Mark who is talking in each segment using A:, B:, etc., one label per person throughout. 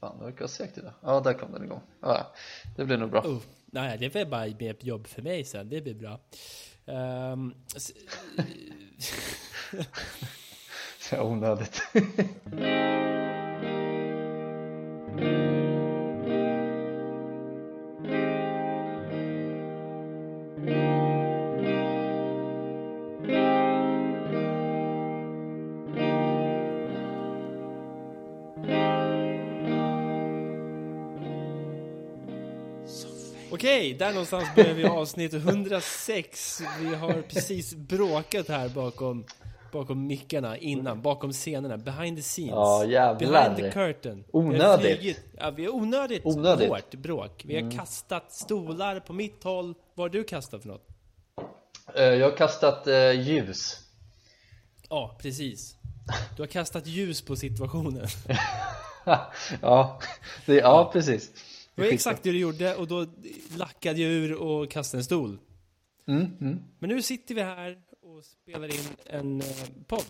A: Fan, det verkar segt idag. Ja, där kom den igång. Ja, det blir nog bra.
B: Oh, nej, det blir bara mer jobb för mig sen. Det blir bra. Ehm, s-
A: Så onödigt.
B: Okej, där någonstans börjar vi avsnitt 106. Vi har precis bråkat här bakom, bakom mickarna innan, bakom scenerna, behind the scenes.
A: Ja, jävlar.
B: Behind the curtain.
A: Onödigt.
B: Vi har flugit- Ja, vi har onödigt,
A: Onödigt. Mm.
B: hårt bråk. Vi har kastat stolar på mitt håll. Vad har du kastat för något?
A: Eh, Jag har kastat eh, ljus.
B: Ja, precis. Du har kastat ljus på situationen.
A: ja, det, ja, precis.
B: Det var exakt det du gjorde och då lackade jag ur och kastade en stol.
A: Mm, mm.
B: Men nu sitter vi här och spelar in en eh, podd.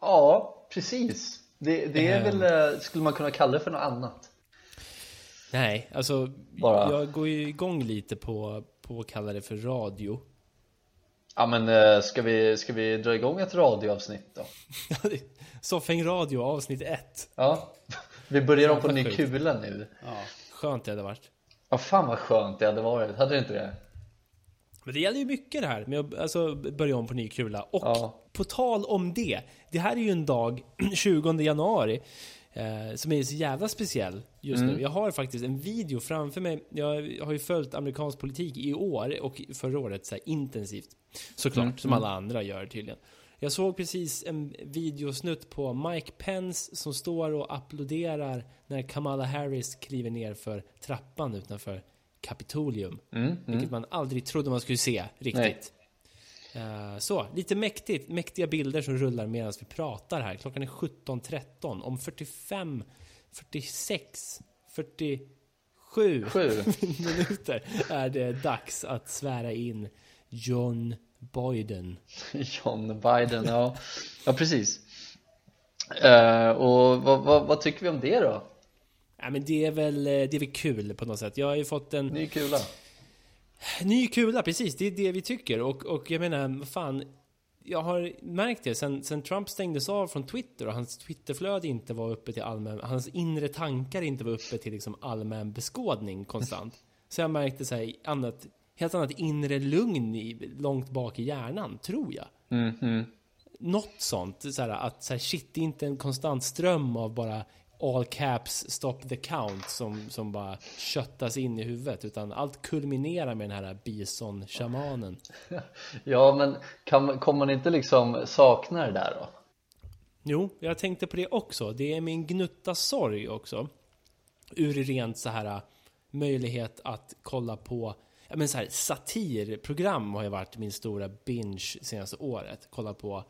A: Ja, precis. Det, det är
B: Ehm.
A: väl, eh, skulle man kunna kalla det för något annat?
B: Nej, alltså
A: Bara-
B: jag går ju igång lite på, på att kalla det för radio.
A: Ja, men eh, ska vi, ska vi dra igång ett radioavsnitt då?
B: Soffhäng radio avsnitt 1.
A: Ja, vi börjar om på
B: Fan,
A: ny
B: vad sjukt.
A: kula nu.
B: Skönt det hade varit.
A: Ja, fan vad skönt det hade varit. Hade det inte det?
B: Men det gäller ju mycket det här med att alltså, börja om på ny kula. Och
A: Ja.
B: på tal om det. Det här är ju en dag, 20 januari, eh, som är så jävla speciell just nu. Jag har faktiskt en video framför mig. Jag har ju följt amerikansk politik i år och förra året så här intensivt. Såklart, som alla andra gör tydligen. Jag såg precis en videosnutt på Mike Pence som står och applåderar när Kamala Harris kliver ner för trappan utanför Kapitolium.
A: Mm,
B: Vilket man aldrig trodde man skulle se riktigt. Eh, Så, lite mäktigt. Mäktiga bilder som rullar medan vi pratar här. Klockan är 17.13. Om 45, 46, 47
A: Sju.
B: minuter är det dags att svära in John Biden.
A: John Biden, ja, ja precis. Eh, och vad, vad, vad tycker vi om det då?
B: Ja, men det, är väl, eh, det är väl kul på något sätt. Jag har ju fått en
A: Ny kula.
B: Ny kula, precis. Det är det vi tycker. Och, och jag menar, vad fan. Jag har märkt det sen, sen Trump stängdes av från Twitter och hans Twitterflöde inte var uppe till allmän... Hans inre tankar inte var uppe till liksom allmän beskådning konstant. Så jag märkte så här, annat, helt annat inre lugn i, långt bak i hjärnan, tror jag. Något sånt, så här, att så här, shit, det är inte en konstant ström av bara all caps, stop the count som, som bara köttas in i huvudet. Utan allt kulminerar med den här bison-shamanen.
A: Ja, men kan, kommer man inte liksom sakna det där då?
B: Jo, jag tänkte på det också. Det är min gnutta sorg också. Ur rent så här äh, möjlighet att kolla på ja, men så här, satirprogram har ju varit min stora binge senaste året. Kolla på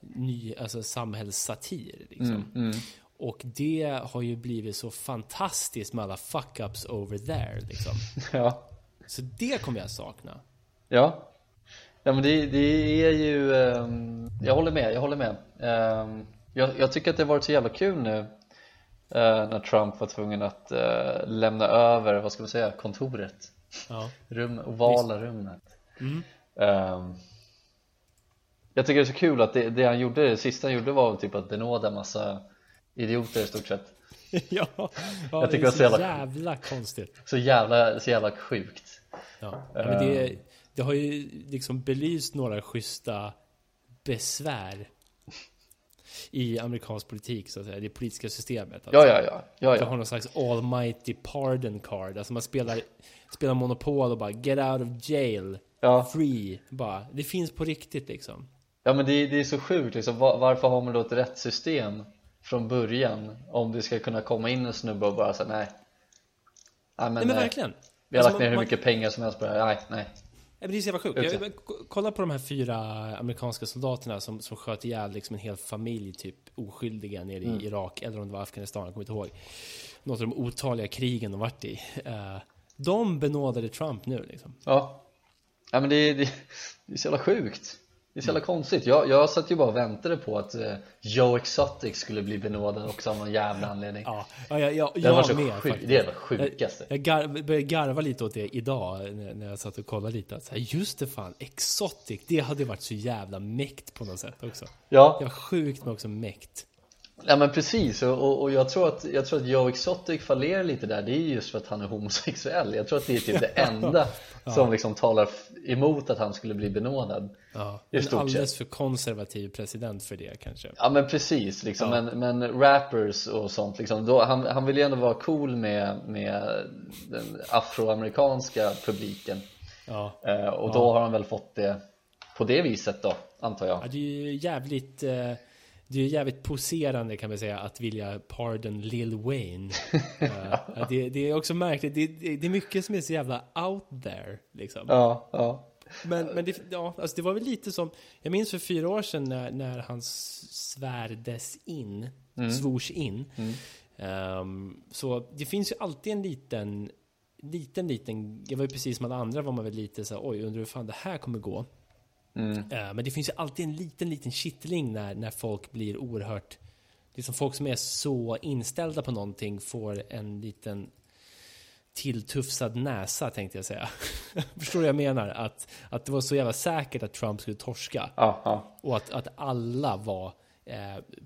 B: ny, alltså samhällssatir. Liksom. Och det har ju blivit så fantastiskt med alla fuck-ups over there. Liksom.
A: Ja,
B: Så det kommer jag sakna.
A: ja. ja men det, det är ju, ehm, jag håller med, jag håller med. Ehm, jag, jag tycker att det har varit så jävla kul nu eh, när Trump var tvungen att eh, lämna över, vad ska man säga, kontoret.
B: Ja.
A: Rum, ovala rummet. Ehm, jag tycker det är så kul att det, det han gjorde, det sista han gjorde var typ att benåda massa idioter i stort sett.
B: ja, ja,
A: tycker
B: det
A: det var
B: är
A: så
B: så
A: jävla-
B: jävla konstigt.
A: Så jävla, så jävla sjukt.
B: Ja. Ja, men det,
A: Ehm.
B: det har ju liksom belyst några schyssta besvär i amerikansk politik, så att säga. Det politiska systemet. Alltså.
A: Ja, ja, ja. ja,
B: Jag har
A: ja.
B: någon slags almighty pardon card. Alltså man spelar, spelar Monopol och bara get out of jail,
A: ja.
B: free. Bara. Det finns på riktigt liksom.
A: ja men det, det är så sjukt liksom. Va- Varför har man då ett rättssystem från början? Om det ska kunna komma in en snubbe och bara säga nej. Nej men,
B: Nej men
A: eh,
B: verkligen.
A: Vi har lagt
B: Alltså,
A: ner hur
B: man-
A: mycket pengar som helst på det här. Nej, nej.
B: Ja, men det är så jävla sjukt. Jag, men k- kolla på de här fyra amerikanska soldaterna som, som sköt ihjäl liksom en hel familj, typ oskyldiga nere i
A: Mm.
B: Irak, eller om det var Afghanistan, jag kommer inte ihåg. Något av de otaliga krigen de varit i. Eh, De benådade Trump nu liksom.
A: Ja. Ja men det, det, det är så jävla sjukt. Det- Det är så jävla konstigt. Jag, jag satt ju bara och väntade på att eh, Joe Exotic skulle bli benådad också av någon jävla anledning.
B: Ja, ja, ja, ja
A: det, var
B: jag
A: så
B: med
A: sjuk,
B: faktiskt.
A: det är det sjukaste.
B: Jag gar, började garva lite åt det idag när när jag satt och kollade lite. Så här, just det fan, exotic. Det hade varit så jävla mäkt på något sätt också.
A: Ja,
B: Det var sjukt men också mäkt.
A: ja men precis. Och, och, och jag, tror att, jag tror att Joe Exotic fallerar lite där. Det är ju just för att han är homosexuell. Jag tror att det är typ det enda som liksom talar f- emot att han skulle bli benådad.
B: Ja,
A: I
B: en
A: stort
B: alldeles för konservativ president för det kanske.
A: Ja men precis, liksom. men, men rappers och sånt liksom, då, han, han vill ju ändå vara cool med, med den afroamerikanska publiken
B: Ja.
A: eh, och då har han väl fått det på det viset då, antar jag
B: Ja, det är ju jävligt, eh, det är ju jävligt poserande kan man säga att vilja pardon Lil Wayne. Eh, ja, det, det är också märkligt, det, det, det är mycket som är så jävla out there. Liksom.
A: Ja, ja,
B: Men, men det, ja, alltså det var väl lite som, jag minns för fyra år sedan när, när han svärdes in, svors in. Ehm, så det finns ju alltid en liten, liten, liten, jag var ju precis som alla andra var man väl lite så här, oj, undrar hur fan det här kommer gå.
A: Mm.
B: Eh, Men det finns ju alltid en liten, liten kittling när, när folk blir oerhört... Liksom folk som är så inställda på någonting får en liten tilltufsad näsa tänkte jag säga. Förstår du vad jag menar? Att, att det var så jävla säkert att Trump skulle torska.
A: ja, ja.
B: Och att, att alla var eh,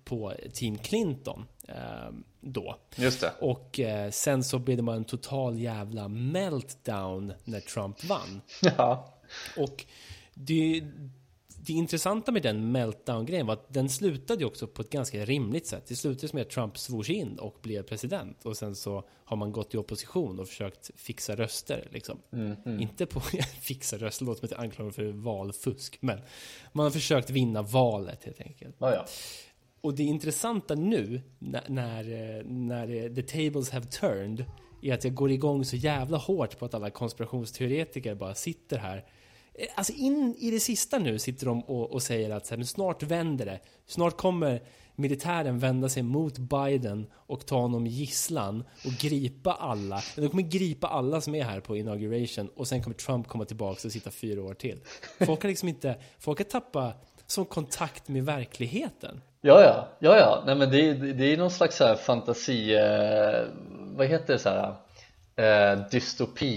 B: på team Clinton eh, då.
A: just det
B: Och eh, sen så blev det bara en total jävla meltdown när Trump vann.
A: ja.
B: Och det, det intressanta med den meltdown-grejen var att den slutade ju också på ett ganska rimligt sätt. Det slutade som att Trump svors in och blev president. Och sen så har man gått i opposition och försökt fixa röster. Liksom. Inte på fixa röster, låter som ett anklagande för valfusk. Men man har försökt vinna valet helt enkelt.
A: Ja, ja.
B: Och det intressanta nu när, när, eh, när eh, the tables have turned är att jag går igång så jävla hårt på att alla konspirationsteoretiker bara sitter här. Eh, Alltså in i det sista nu sitter de och, och säger att så här, men snart vänder det. Snart kommer militären vända sig mot Biden och ta honom gisslan och gripa alla. De kommer gripa alla som är här på inauguration och sen kommer Trump komma tillbaka och sitta fyra år till. Folk har liksom inte, folk har tappat som kontakt med verkligheten.
A: Ja, ja, ja, ja. Nej, men det, det det är någon slags så här fantasi, eh, vad heter det så här, eh,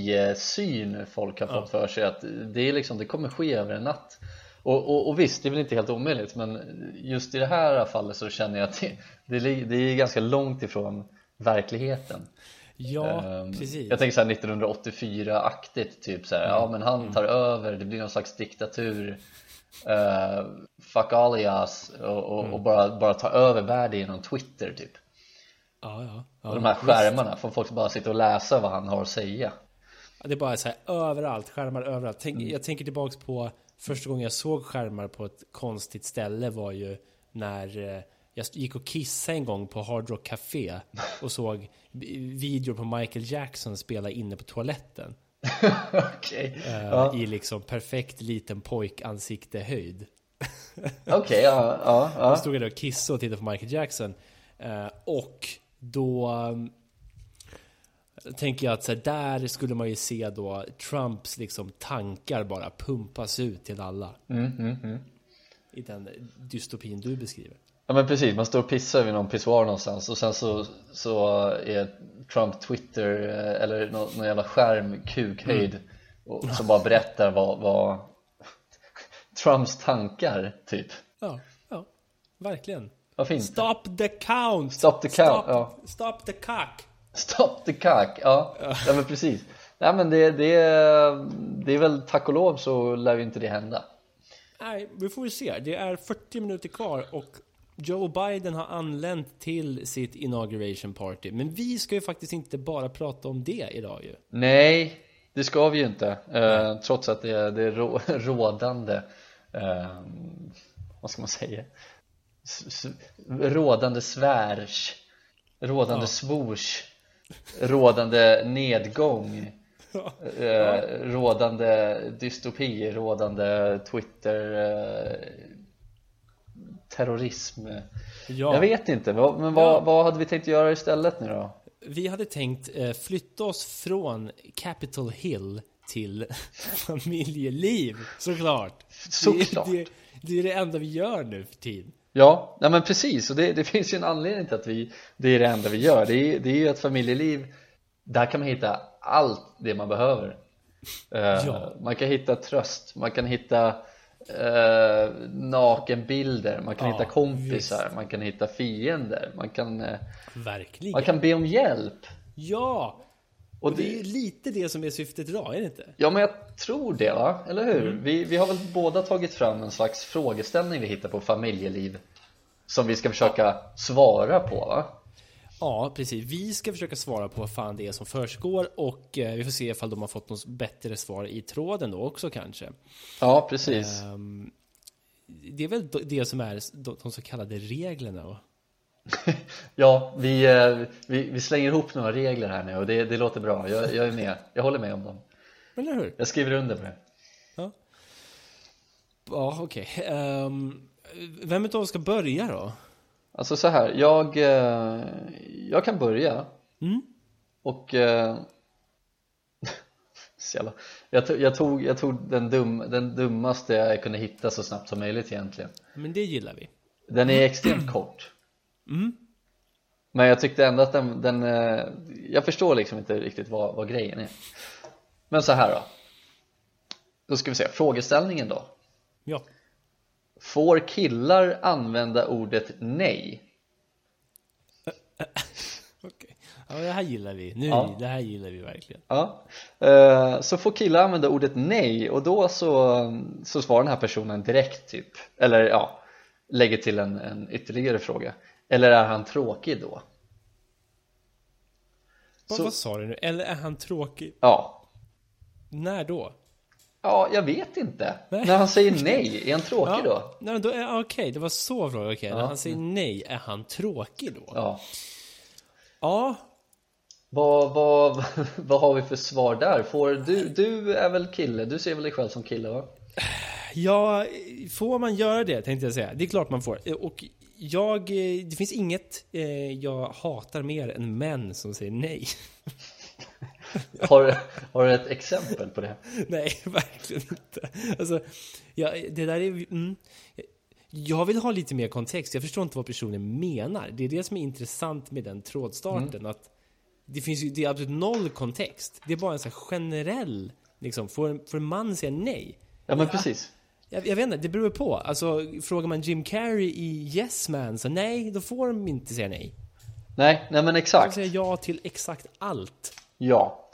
A: dystopisyn folk har fått för sig att det är liksom, det kommer ske över en natt. Och, och, och visst, det är väl inte helt omöjligt, men just i det här fallet så känner jag att det, det, lig- det är ganska långt ifrån verkligheten.
B: Ja,
A: Ehm,
B: precis. Mm.
A: Jag tänker så här 1984-aktigt, typ så här, ja men han tar över, det blir någon slags diktatur eh, Fuck alias och, och,
B: Mm.
A: och bara, bara ta över världen genom Twitter typ
B: ja, ja, ja.
A: Och de här skärmarna, får folk bara sitta och läsa vad han har att säga
B: Det är bara så här överallt, skärmar överallt. Tänk,
A: Mm.
B: Jag tänker tillbaks på första gången jag såg skärmar på ett konstigt ställe var ju när eh, jag gick och kissade en gång på Hard Rock Café och såg vi- videor på Michael Jackson spela inne på toaletten.
A: Okej,
B: eh, I liksom perfekt liten pojkansikte höjd.
A: Okej, ja, ja,
B: Då
A: ja,
B: stod jag där och kissade och tittade på Michael Jackson. Eh, och då eh, tänker jag att så här, där skulle man ju se då Trumps liksom tankar bara pumpas ut till alla.
A: Mm,
B: I den dystopin du beskriver.
A: ja men precis, man står och pissar vid någon pissoar någonstans och sen så, så är Trump Twitter eh, eller någon, någon jävla skärm kukhöjd och, som bara berättar vad, vad Trumps tankar typ
B: Ja, ja, verkligen.
A: Vad fint
B: Stop the count!
A: Stop the count,
B: Stop,
A: ja.
B: stop the cock!
A: Stop the cock, ja, ja men precis Nej men det, det, det är väl tack och lov så lär ju inte det hända
B: Nej, vi får väl se. Det är 40 minuter kvar och Joe Biden har anlänt till sitt inauguration party. Men vi ska ju faktiskt inte bara prata om det idag ju.
A: Nej, det ska vi ju inte eh, Trots att det, är- det är rå, rådande eh, Vad ska man säga? S, s, rådande svärs Rådande svors Rådande nedgång eh, Rådande dystopi Rådande Twitter eh, Terrorism
B: Ja,
A: Jag vet inte, vad, men vad,
B: Ja.
A: vad hade vi tänkt göra istället nu då?
B: vi hade tänkt eh, flytta oss från Capitol Hill till familjeliv, såklart.
A: Såklart.
B: Det, det, det är det enda vi gör nu för tiden.
A: Ja, nej men precis och det, det finns ju en anledning till att vi det är det enda vi gör. Det är, det är ju ett familjeliv där kan man hitta allt det man behöver. Eh,
B: Ja.
A: Man kan hitta tröst, man kan hitta eh, nakenbilder, man kan
B: Ja,
A: hitta kompisar, man kan hitta fiender, man kan, eh,
B: Verkligen.
A: man kan be om hjälp.
B: Ja!
A: Och
B: Och det är ju
A: det,
B: lite det som är syftet idag, är det inte?
A: ja men jag tror det va, eller hur?
B: Mm.
A: Vi, vi har väl båda tagit fram en slags frågeställning vi hittar på familjeliv som vi ska försöka svara på va?
B: Ja, precis. Vi ska försöka svara på vad fan det är som försiggår och eh, vi får se ifall de har fått något bättre svar i tråden då också kanske.
A: Ja, precis.
B: Ehm, det är väl det som är de de så kallade reglerna va?
A: Ja, vi, eh, vi, vi slänger ihop några regler här nu och det, det låter bra. Jag, jag är med. Jag håller med om dem.
B: Eller hur?
A: Jag skriver under på det.
B: Ja, ja okej. Ehm, vem utav oss ska börja då?
A: Alltså så här, jag, eh, jag kan börja
B: Mm.
A: och eh, så jävla- jag, to- jag tog, jag tog den, dum, den dummaste jag kunde hitta så snabbt som möjligt egentligen.
B: Men det gillar vi.
A: Den är extremt kort. Men jag tyckte ändå att den, den eh, jag förstår liksom inte riktigt vad, vad grejen är. Men så här då. Då ska vi se, frågeställningen då.
B: Ja.
A: Får killar använda ordet nej?
B: Okej. Ja, det här gillar vi. Nu,
A: Ja.
B: det här gillar vi verkligen.
A: Ja. Eh, Så får killar använda ordet nej och då så, så svarar den här personen direkt typ. Eller ja, lägger till en, en ytterligare fråga. Eller är han tråkig då?
B: Vad,
A: Så-
B: vad sa du nu? Eller är han tråkig?
A: Ja,
B: När då?
A: Ja, jag vet inte.
B: Nej.
A: När han säger nej, är han tråkig då?
B: Ja, nej, då är- ja, Okej, det var så frågan. Okej, när han säger nej, är han tråkig då? Ja,
A: Ja. Vad, vad, vad har vi för svar där? Får, du, du är väl kille? Du ser väl dig själv som kille va?
B: ja får man göra det tänkte jag säga. Det är klart man får. Eh, Och jag, eh, det finns inget eh, jag hatar mer än män som säger nej.
A: Har, har du ett exempel på det?
B: nej, verkligen inte. Alltså, ja, det där är... Mm, jag vill ha lite mer kontext. Jag förstår inte vad personen menar. Det är det som är intressant med den trådstarten. Att det finns ju, det är absolut noll kontext. Det är bara en sån här generell, liksom, får, en- får en man säga nej?
A: Ja men precis.
B: Jag, jag vet inte, det beror på. Alltså, frågar man Jim Carrey i Yes Man så nej, då får de inte säga nej.
A: Nej, nej men
B: De
A: exakt.
B: säger ja till exakt allt.
A: Ja.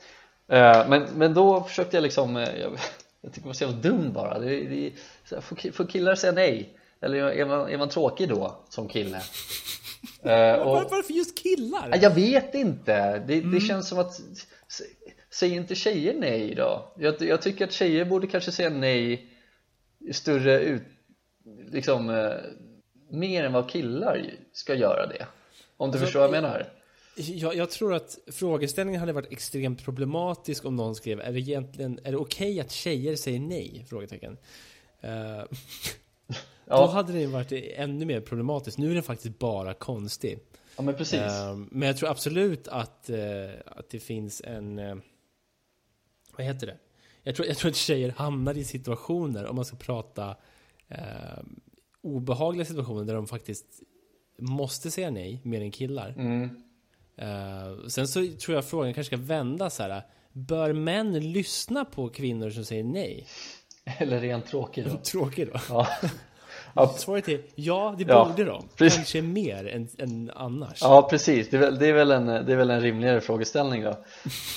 A: Eh, Men, men då försökte jag liksom, eh, jag, jag tycker man ser jävla dum bara. Det, det, så här, får, ki- får killar säga nej? Eller är man, är man tråkig då som kille? Eh, och-
B: Var, varför just killar?
A: Ja, Jag vet inte, det, det känns som att s- Säg inte tjejer nej då? Jag, jag tycker att tjejer borde kanske säga nej i större ut, liksom eh, mer än vad killar ska göra det Om du förstår vad jag menar?
B: Jag, jag tror att frågeställningen hade varit extremt problematisk om någon skrev Är det egentligen, är det okej att tjejer säger nej? Frågetecken. Eh, Då
A: Ja,
B: hade den varit ännu mer problematisk. Nu är den faktiskt bara konstig.
A: ja men precis
B: Eh, men jag tror absolut att, eh, att det finns en... eh, vad heter det? Jag tror, jag tror att tjejer hamnar i situationer, om man ska prata eh, obehagliga situationer där de faktiskt måste säga nej mer än killar.
A: mm.
B: Eh, sen så tror jag frågan kanske ska vändas här. Bör män lyssna på kvinnor som säger nej?
A: Eller rent tråkig då?
B: Tråkigt då.
A: Ja. Ja,
B: Svaret är ja, det
A: Ja,
B: borde de.
A: precis.
B: Kanske mer än, än annars.
A: Ja precis, det är väl, det är väl, en, det är väl en rimligare frågeställning då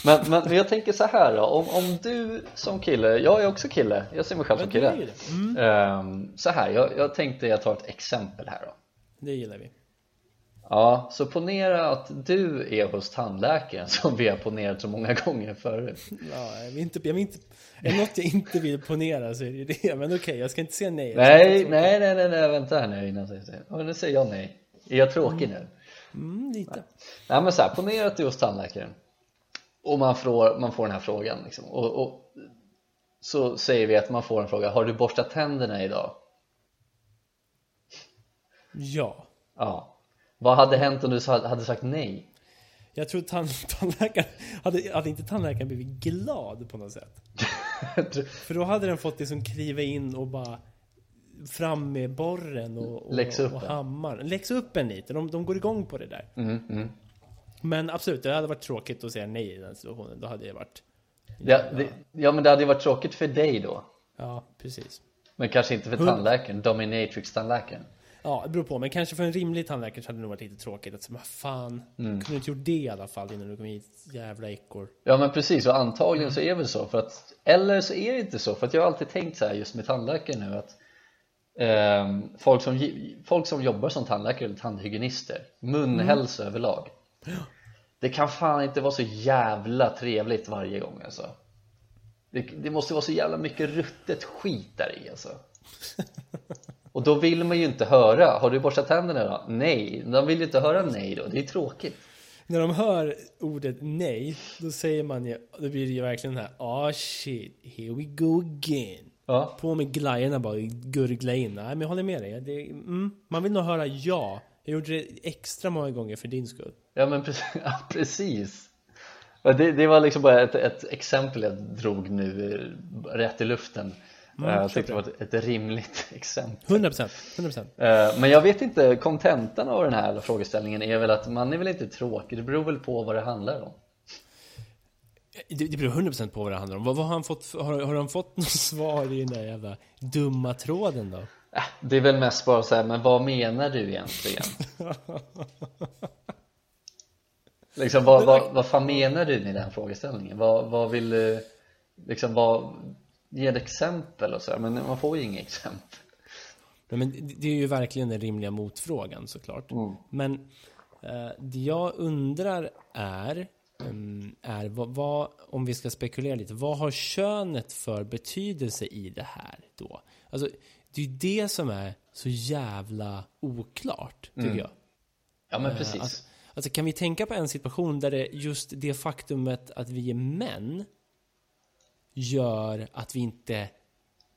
A: Men, men, men jag tänker så här då, om, om du som kille, jag är också kille, jag ser mig själv
B: Ja,
A: som
B: det,
A: kille
B: är ju det. Mm,
A: Ehm, så här, jag, jag tänkte jag tar ett exempel här då
B: det gillar vi.
A: Ja, så ponera att du är hos tandläkaren som vi har ponerat så många gånger förut
B: Ja, jag vill inte, jag vill inte, är det något jag inte vill ponera så är det ju det. Men okej, jag ska inte säga nej.
A: Nej, nej, nej, nej, nej vänta här nu innan jag säger Och nu säger jag nej Är jag tråkig nu?
B: Mm, lite.
A: Nej men så här, ponera att du är hos tandläkaren och man får, man får den här frågan liksom. och, och så säger vi att man får en fråga, har du borstat tänderna idag?
B: Ja.
A: Ja Vad hade hänt om du sa- hade sagt nej?
B: Jag tror tann, tandläkaren, hade, hade inte tandläkaren blivit glad på något sätt? För då hade den fått liksom kliva in och bara fram med borren och, och,
A: Läxa upp
B: och
A: den.
B: hammaren. Läxa upp en lite, de, de går igång på det där.
A: Mm, mm.
B: Men absolut, det hade varit tråkigt att säga nej i den situationen. Då hade det varit...
A: Ja, det, ja men det hade ju varit tråkigt för dig då
B: Ja, precis.
A: Men kanske inte för
B: Hund-
A: tandläkaren, dominatrix-tandläkaren
B: Ja, det beror på. Men kanske för en rimlig tandläkare så hade det nog varit lite tråkigt att säga, "Men fan, kunde du inte gjort det i alla fall innan du kom hit? Jävla ekor.
A: Ja men precis, och antagligen så är det väl så för att Eller så är det inte så, för att jag har alltid tänkt så här just med tandläkare nu att ehm, folk, som, gi- folk som jobbar som tandläkare eller tandhygienister Munhälsa överlag Det kan fan inte vara så jävla trevligt varje gång alltså det, det måste vara så jävla mycket ruttet skit där i alltså Och då vill man ju inte höra, har du borstat tänderna då? Nej, de vill ju inte höra nej då, det är tråkigt
B: När de hör ordet nej, då säger man ju, då blir det ju verkligen den här, ah shit, here we go again.
A: Ja,
B: På med glajjorna bara, gurgla in. Nej, men jag håller med dig. Det, mm, man vill nog höra ja. Jag gjorde det extra många gånger för din skull.
A: Ja men precis, ja, precis. Och det, det var liksom bara ett, ett exempel jag drog nu eh, rätt i luften
B: Mm,
A: Eh, Jag
B: köper
A: tyckte det var ett, ett rimligt exempel
B: 100%, 100%.
A: Eh, Men jag vet inte, kontentan av den här frågeställningen är väl att man är väl inte tråkig, det beror väl på vad det handlar om
B: Det, det beror 100% på vad det handlar om. Vad, vad har, han fått, för- har, har han fått något svar i den där jävla dumma tråden då?
A: Äh, Det är väl mest bara så här, men vad menar du egentligen? liksom, vad, vad, vad fan menar du med den här frågeställningen? Vad, vad vill du, liksom, vad, ge ett exempel och så här, men man får ju inga exempel
B: Nej, men det- det är ju verkligen den rimliga motfrågan såklart. Men eh, det jag undrar är, mm, är vad, vad, om vi ska spekulera lite, vad har könet för betydelse i det här då? Alltså, det är ju det som är så jävla oklart, tycker jag.
A: Ja men precis,
B: Alltså, alltså kan vi tänka på en situation där det just det faktumet att vi är män gör att vi inte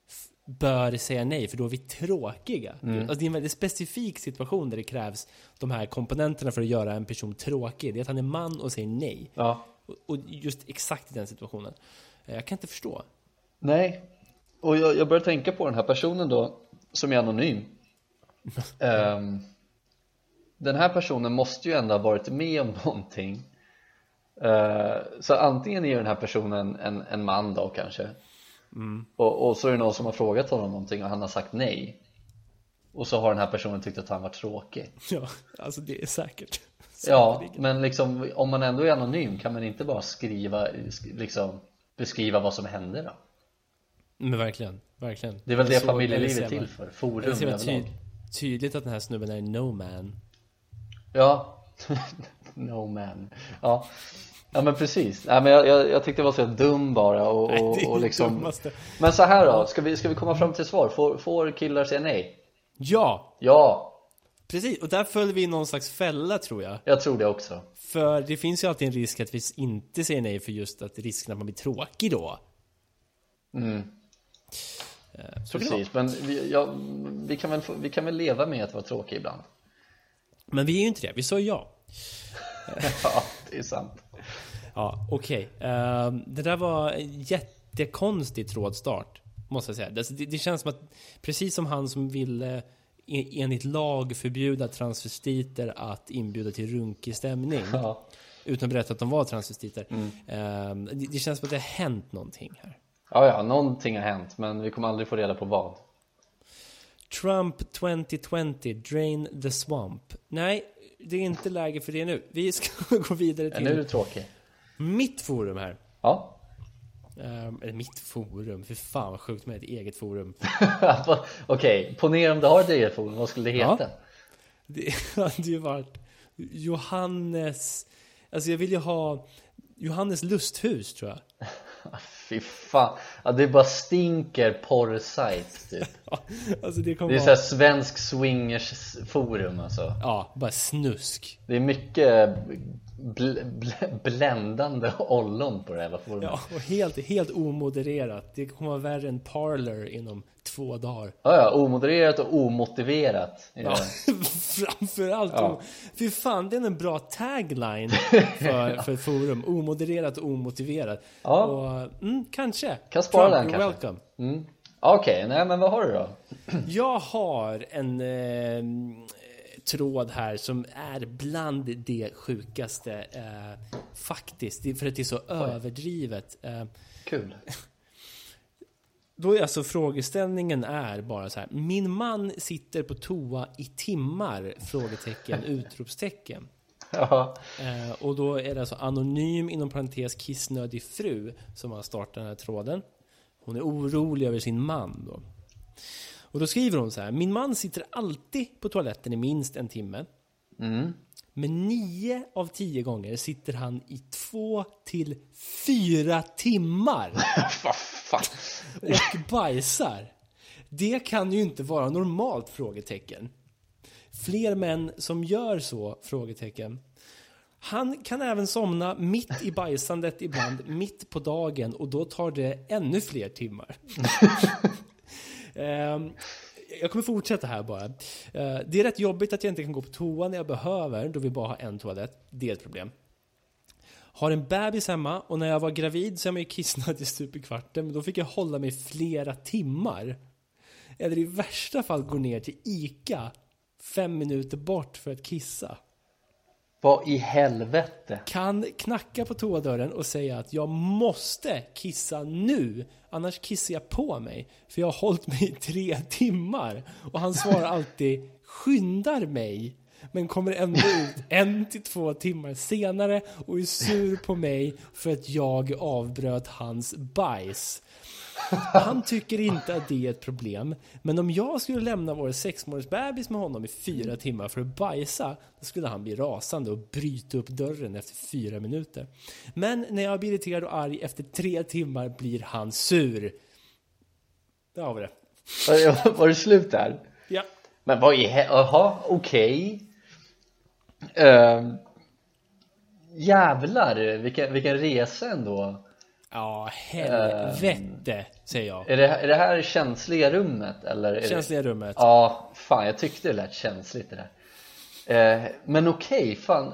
B: f- bör säga nej för då är vi tråkiga. Alltså det är en väldigt specifik situation där det krävs de här komponenterna för att göra en person tråkig. Det är att han är man och säger nej.
A: ja
B: Och, och just exakt i den situationen. Eh, Jag kan inte förstå.
A: Nej, och jag, jag börjar tänka på den här personen då som är anonym Ehm, Den här personen måste ju ändå ha varit med om någonting Eh, Så antingen är ju den här personen en, en man då kanske och, och så är det någon som har frågat honom någonting och han har sagt nej Och så har den här personen tyckt att han var tråkig
B: Ja, alltså det är säkert.
A: Ja, men liksom om man ändå är anonym kan man inte bara skriva, sk- liksom beskriva vad som hände då?
B: Men verkligen, verkligen.
A: Det är väl det
B: Så-
A: familjelivet
B: eller
A: är
B: ser man-
A: till för, forum
B: Det ser man
A: överlag
B: tyd- tydligt att den här snubben är no man.
A: Ja, no man ja. ja men precis, Nej, men jag, jag, jag tyckte det var så dum bara och,
B: Nej, det är
A: och, och
B: det
A: liksom
B: dummaste.
A: Men så här då, ska vi, ska vi komma fram till svar? Får, får killar säga nej?
B: Ja,
A: Ja,
B: precis. Och där föll vi i någon slags fälla tror jag.
A: jag tror det också
B: För det finns ju alltid en risk att vi inte säger nej för just att risken att man blir tråkig då. Mm. Så kan det vara.
A: Precis, men vi, ja, vi, kan väl, få- vi kan väl leva med att vara tråkiga ibland?
B: Men vi är ju inte det, vi sa ju ja.
A: Ja, det är sant
B: Ja, okej. Ehm, det där var en jättekonstig trådstart. Måste jag säga. Det, det, det känns som att precis som han som ville e- enligt lag förbjuda transvestiter att inbjuda till runkig stämning.
A: Ja,
B: Utan att berätta att de var transvestiter.
A: Mm.
B: Ehm, det, det känns som att det har hänt någonting här.
A: ja, ja någonting har hänt men vi kommer aldrig få reda på vad
B: Trump 2020, drain the swamp. Nej, det är inte läge för det nu. Vi ska gå vidare
A: Men nu är det
B: till
A: tråkigt
B: mitt forum här.
A: Ja,
B: Ehm, eller mitt forum, för fan vad sjukt med ett eget forum.
A: okej, ponera om du har ett eget forum, vad skulle det
B: Ja.
A: heta?
B: Det hade ju varit Johannes... Alltså jag vill ju ha Johannes lusthus tror jag.
A: Fy fan, ja, det bara stinker porrsajt typ
B: Alltså det kommer
A: Det är
B: vara...
A: såhär svensk swingers forum alltså
B: Ja, bara snusk.
A: Det är mycket bl- bl- bländande ollon på det hela formen.
B: Ja, och helt, helt omodererat. Det kommer vara värre än parlor inom två dagar.
A: Ja, ja, omodererat och omotiverat. är
B: Ja,
A: det.
B: framförallt.
A: Ja.
B: Ja. Fy fan, det är en bra tagline för, för ett forum. Omodererat och omotiverat.
A: Ja.
B: Och, mm, kanske.
A: Kan spara
B: Trump,
A: den
B: you're
A: kanske.
B: welcome.
A: Mm. Okej, nej men vad har du då?
B: Jag har en eh, tråd här som är bland det sjukaste eh, faktiskt. Det- För att det är så överdrivet. Eh,
A: Kul.
B: Då är alltså frågeställningen är bara så här. Min man sitter på toa i timmar? Frågetecken, utropstecken.
A: Ja,
B: Eh, och då är det alltså anonym inom parentes kissnödig fru som har startat den här tråden. Hon är orolig över sin man då. Och då skriver hon så här. Min man sitter alltid på toaletten i minst en timme. Men nio av tio gånger sitter han i två till fyra timmar
A: vad fan.
B: och bajsar. Det kan ju inte vara normalt? frågetecken. Fler män som gör så? frågetecken. Han kan även somna mitt i bajsandet ibland, mitt på dagen och då tar det ännu fler timmar. Ehm, jag kommer fortsätta här bara. Eh, det är rätt jobbigt att jag inte kan gå på toa när jag behöver, då vi bara har en toalett. Det är ett problem. Har en bebis hemma och när jag var gravid så är man ju kissnödig stup i kvarten men då fick jag hålla mig flera timmar. Eller i värsta fall gå ner till ICA fem minuter bort för att kissa.
A: Vad i helvete?
B: Kan knacka på toadörren och säga att jag måste kissa nu annars kissar jag på mig för jag har hållit mig i tre timmar. Och han svarar alltid skyndar mig men kommer ändå ut en till två timmar senare och är sur på mig för att jag avbröt hans bajs. Han tycker inte att det är ett problem. Men om jag skulle lämna vår sexmånadersbebis med honom i fyra timmar för att bajsa, då skulle han bli rasande och bryta upp dörren efter fyra minuter. Men när jag blir irriterad och arg efter tre timmar blir han sur. Där har vi det.
A: Var- Var det slut där?
B: Ja.
A: Men vad i helvete? Jaha, okej. Ehm, jävlar, vilken, vilken resa ändå.
B: Ja, helvete, säger jag.
A: Ehm. Är det, är det här känsliga rummet? Eller är det...
B: Känsliga rummet.
A: Ja, fan jag tyckte det lät känsligt det där. Eh, men okej, fan.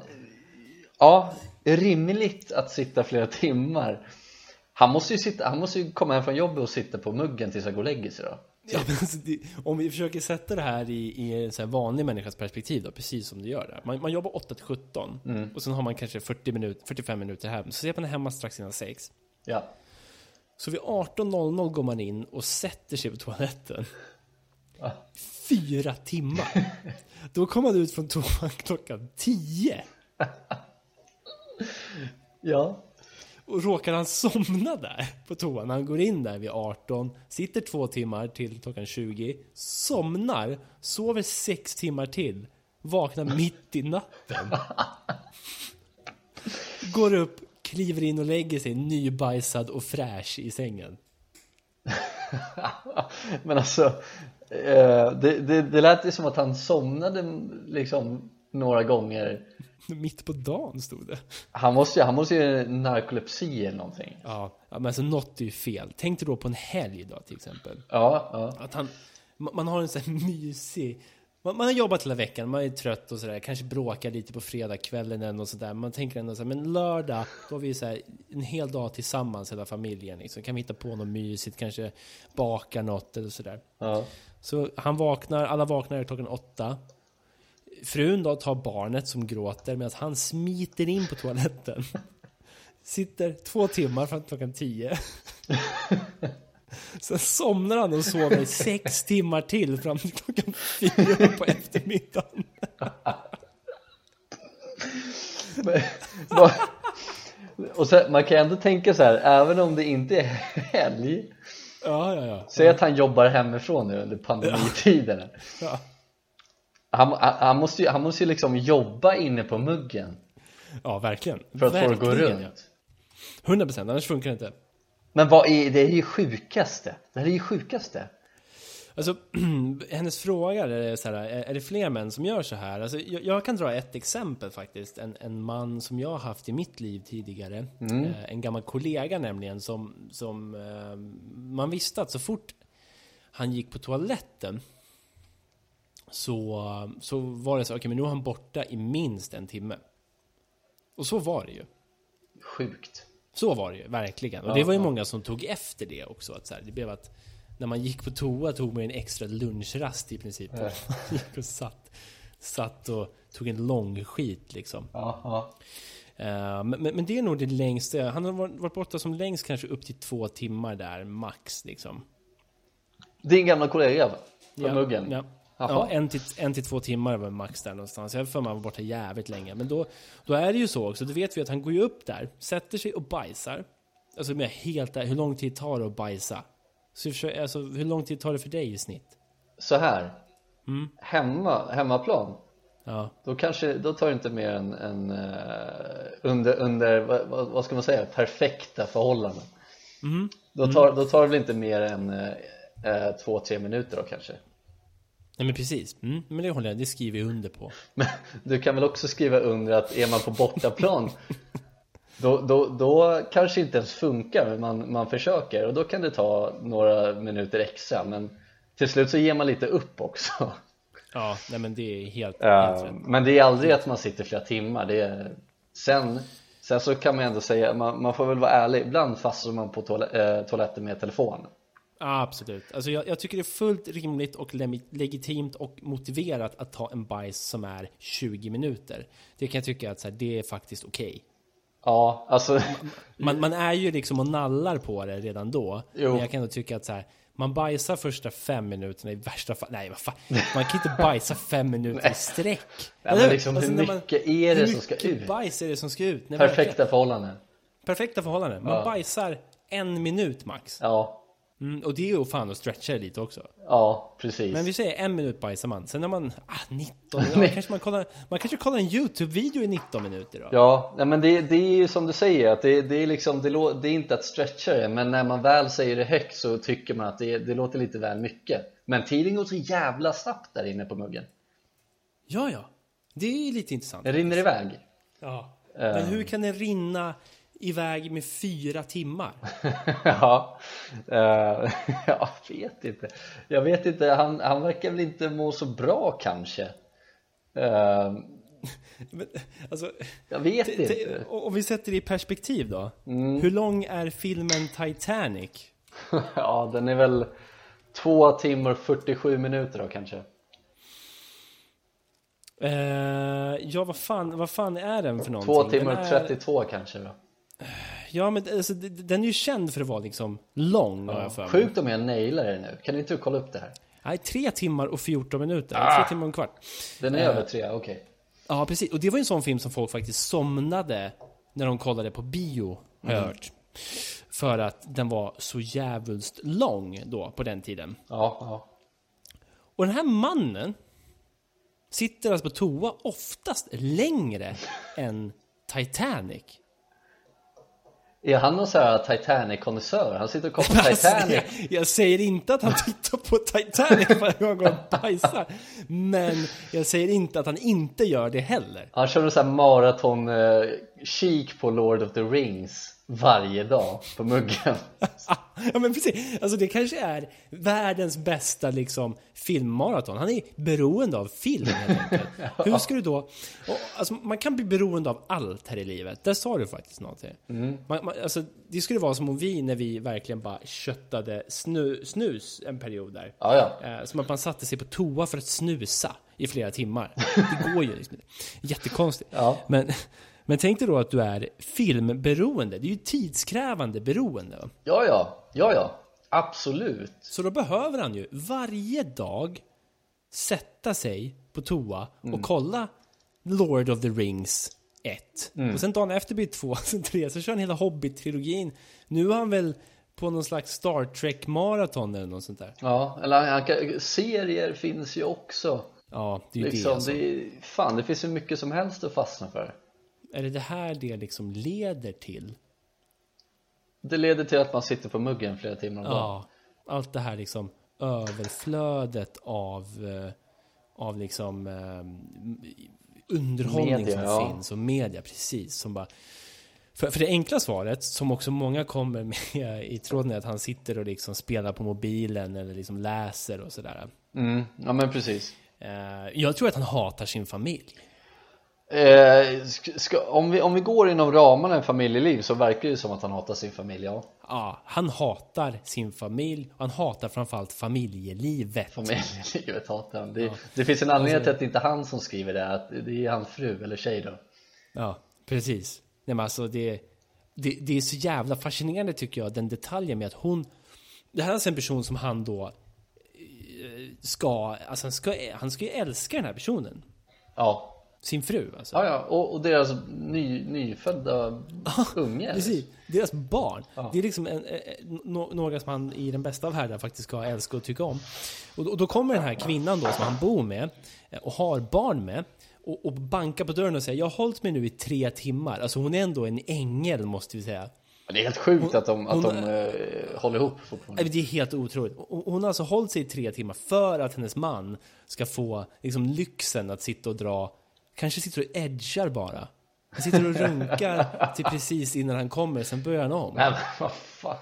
A: Ja, rimligt att sitta flera timmar. Han måste ju, sitta, han måste ju komma hem från jobbet och sitta på muggen tills han går och lägger sig då.
B: Ja, men alltså det, om vi försöker sätta det här i, i en så här vanlig människas perspektiv då, precis som du gör där. Man, man jobbar 8 till 17 och sen har man kanske 40 minut, 45 minuter hem. Så är man hemma strax innan 6.
A: Ja.
B: Så vid 18.00 går man in och sätter sig på toaletten.
A: Ah.
B: Fyra timmar. Då kommer man ut från toan klockan 10.
A: Ja.
B: Och råkar han somna där på toan när han går in där vid 18, sitter två timmar till klockan 20, somnar, sover sex timmar till, vaknar mitt i natten. Går upp, kliver in och lägger sig nybajsad och fräsch i sängen.
A: Men alltså, eh, det, det, det lät ju som att han somnade liksom några gånger.
B: Mitt på dagen stod det.
A: Han måste ju, han måste ju narkolepsi eller någonting.
B: Ja, ja, men alltså något är ju fel. Tänk dig då på en helg då till exempel.
A: Ja, ja.
B: Att han, man, man har en sån här mysig... Man, man har jobbat hela veckan, man är trött och sådär, kanske bråkar lite på fredagskvällen och sådär. Man tänker ändå såhär, men lördag, då har vi så här, en hel dag tillsammans hela familjen. Liksom. Kan vi hitta på något mysigt, kanske baka något eller sådär.
A: ja.
B: Så han vaknar, alla vaknar klockan åtta. Frun då tar barnet som gråter medan han smiter in på toaletten. Sitter två timmar fram till klockan tio. Sen somnar han och sover i sex timmar till fram till klockan fyra på eftermiddagen.
A: Men- vad- Och sen, man kan ju ändå tänka så här, även om det inte är helg
B: Ja, ja, ja.
A: Säg att han jobbar hemifrån nu under pandemitiden
B: ja.
A: han, han, han måste ju, han måste ju liksom jobba inne på muggen
B: Ja, verkligen.
A: för att få det att
B: verkligen,
A: gå runt
B: 100 procent, annars funkar det inte.
A: Men vad är, det är ju sjukaste Det här är ju sjukaste
B: Alltså, hennes fråga är så här, är är det fler män som gör så här? Alltså, jag, jag kan dra ett exempel faktiskt. En, en man som jag har haft i mitt liv tidigare. Eh, En gammal kollega nämligen som, som eh, man visste att så fort han gick på toaletten så, så var det så, okej men nu är han borta i minst en timme. Och så var det ju.
A: Sjukt.
B: Så var det ju, verkligen. Och det var ju många som tog efter det också. Att så här, det blev att när man gick på toa tog man en extra lunchrast i princip. gick och satt, satt och tog en lång skit liksom.
A: Ja, ja.
B: Eh, men, men men det är nog det längsta. Han har varit varit borta som längst kanske upp till två timmar där, max liksom.
A: Din gamla kollega va? Från
B: Ja,
A: muggen?
B: Ja.
A: Jaha.
B: Ja, en, till, en till två timmar var max där någonstans. Jag har för mig att han var borta jävligt länge. Men då, då är det ju så också. Då vet vi att han går ju upp där, sätter sig och bajsar. Alltså men helt där, hur lång tid tar det att bajsa? Så vi försöker, alltså, hur lång tid tar det för dig i snitt?
A: Så här.
B: Mm.
A: Hemma, hemmaplan.
B: Ja,
A: Då kanske, då tar det inte mer än, än eh, under, under vad, vad- vad ska man säga, perfekta förhållanden.
B: Mm.
A: Då, tar, då tar det väl inte mer än eh, eh, två, tre minuter då kanske.
B: Nej, men precis. Mm, men det håller jag, det skriver jag under på.
A: Men du kan väl också skriva under att är man på bortaplan då, då, då kanske inte ens funkar men man, man försöker och då kan det ta några minuter extra men till slut så ger man lite upp också
B: Ja, nej men det är helt, helt
A: Eh,
B: rätt.
A: Men det är aldrig att man sitter flera timmar det är... sen, sen så kan man ändå säga, man, man får väl vara ärlig, ibland fastnar man på toal eh, toaletten med telefon
B: Ja, absolut. Alltså jag, jag tycker det är fullt rimligt och lemi- legitimt och motiverat att ta en bajs som är 20 minuter. Det kan jag tycka att så här, det är faktiskt okej.
A: Ja, alltså
B: Man, man är ju liksom och nallar på det redan då.
A: Jo.
B: Men jag kan ändå tycka att så här, man bajsar första fem minuterna i värsta fall. Nej, vad fan. Man kan inte bajsa fem minuter i sträck.
A: men
B: Eller hur? Alltså,
A: liksom, hur
B: när man-
A: mycket är det
B: hur
A: som ska
B: mycket
A: ut?
B: bajs är det som ska ut? Nej, verkligen.
A: perfekta förhållanden
B: Perfekta förhållanden. Man bajsar en minut max.
A: Ja,
B: Mm, och det är ju fan att stretcha det lite också.
A: ja precis
B: Men vi säger en minut bajsar man. Sen när man, ah, 19 ja, kanske man, kollar, man kanske kollar en YouTube-video i 19 minuter då.
A: Ja, nej, men det, det är ju som du säger, att det, det, är liksom, det, lå- det är inte att stretcha det, men när man väl säger det högt så tycker man att det, det låter lite väl mycket. Men tiden går så jävla snabbt där inne på muggen.
B: Ja, ja. Det är ju lite intressant.
A: Den rinner iväg.
B: Ja.
A: Ehm.
B: Men hur kan den rinna iväg med fyra timmar?
A: ja, eh, jag vet inte. Jag vet inte, han, han verkar väl inte må så bra kanske. Eh,
B: Men, alltså,
A: jag vet
B: te- te-
A: inte.
B: o- om vi sätter det i perspektiv då.
A: Mm.
B: Hur lång är filmen Titanic?
A: ja, den är väl två timmar och 47 minuter då kanske.
B: Eh, ja, vad fan, vad fan är den för någonting?
A: Två timmar och
B: Den är-
A: 32 kanske då.
B: Ja, men alltså, d- d- den är ju känd för att vara liksom lång, har jag för mig.
A: Sjukt om jag nailar det nu, kan inte du kolla upp det här?
B: Nej, tre timmar och 14 minuter.
A: Ah!
B: Tre timmar och en kvart.
A: Den är
B: Eh.
A: över tre, okej.
B: Ja, precis. Och det var ju en sån film som folk faktiskt somnade när de kollade på bio, har jag hört. För att den var så jävulst lång då, på den tiden.
A: Ja, ja.
B: Och den här mannen sitter alltså på toa oftast längre än Titanic.
A: Är han någon sån här Titanic-konnässör? Han sitter och kollar på
B: Alltså,
A: Titanic.
B: jag, jag säger inte att han tittar på Titanic varje gång han går och bajsar. Men jag säger inte att han inte gör det heller.
A: Han kör en sån här maraton-kik på Lord of the Rings varje dag på muggen.
B: ja men precis. Alltså det kanske är världens bästa liksom filmmaraton. Han är beroende av film helt enkelt. Hur ska du då... och, Alltså, man kan bli beroende av allt här i livet. Där sa du faktiskt någonting. Man, man, alltså, det skulle vara som om vi när vi verkligen bara köttade snu, snus en period där.
A: Ja, ja.
B: Eh, Som att man satte sig på toa för att snusa i flera timmar. Det går ju liksom inte. Jättekonstigt.
A: Ja.
B: Men, men tänk dig då att du är filmberoende. Det är ju tidskrävande beroende. Va?
A: Ja, ja. Ja, ja. Absolut.
B: Så då behöver han ju varje dag sätta sig på toa och kolla Lord of the Rings 1. Och sen dagen efter blir det 2, sen 3, sen kör han hela Hobbit-trilogin. Nu är han väl på någon slags Star Trek-maraton eller något sånt där.
A: Ja, eller han, han kan, serier finns ju också.
B: Ja, det är ju
A: Liksom,
B: det, alltså.
A: det är, fan, det finns ju mycket som helst att fastna för.
B: Är det det här det liksom leder till?
A: Det leder till att man sitter på muggen flera timmar om dagen.
B: Ja, allt det här liksom överflödet av, eh, av liksom eh, underhållning
A: Media,
B: som
A: ja.
B: finns och media, precis. Som bara, för, för det enkla svaret, som också många kommer med i tråden, är att han sitter och liksom spelar på mobilen eller liksom läser och sådär.
A: Mm, ja men precis.
B: Eh, jag tror att han hatar sin familj.
A: Eh, sk- ska, om, vi, om vi går inom ramarna i familjeliv så verkar det ju som att han hatar sin familj, ja.
B: Ja, han hatar sin familj och han hatar framförallt familjelivet.
A: Familjelivet hatar han. Det, det finns en
B: Alltså-
A: anledning till att det inte är han som skriver det, att det är hans fru eller tjej då.
B: Ja, precis. Nej, men alltså det, det, det är så jävla fascinerande tycker jag, den detaljen med att hon... Det här är alltså en person som han då eh, ska... Alltså han ska, han ska ju älska den här personen.
A: Ja,
B: Sin fru alltså.
A: ja, ja. Och, och deras ny, nyfödda unge. eller?
B: Precis, deras barn. Det är liksom en, eh, eh, no, några som han i den bästa av världar faktiskt ska älska och tycka om. Och, då- och då kommer den här kvinnan då som han bor med eh, och har barn med och, och bankar på dörren och säger jag har hållit mig nu i tre timmar. Alltså hon är ändå en ängel måste vi säga.
A: Det är helt sjukt att de, att
B: hon-
A: de eh, håller ihop fortfarande.
B: Nej, men Det är helt otroligt. Och- och Hon har alltså hållit sig i tre timmar för att hennes man ska få liksom, lyxen att sitta och dra, kanske sitter och edgar bara. Han sitter och runkar till precis innan han kommer, sen börjar han om.
A: Nej, men vad fan.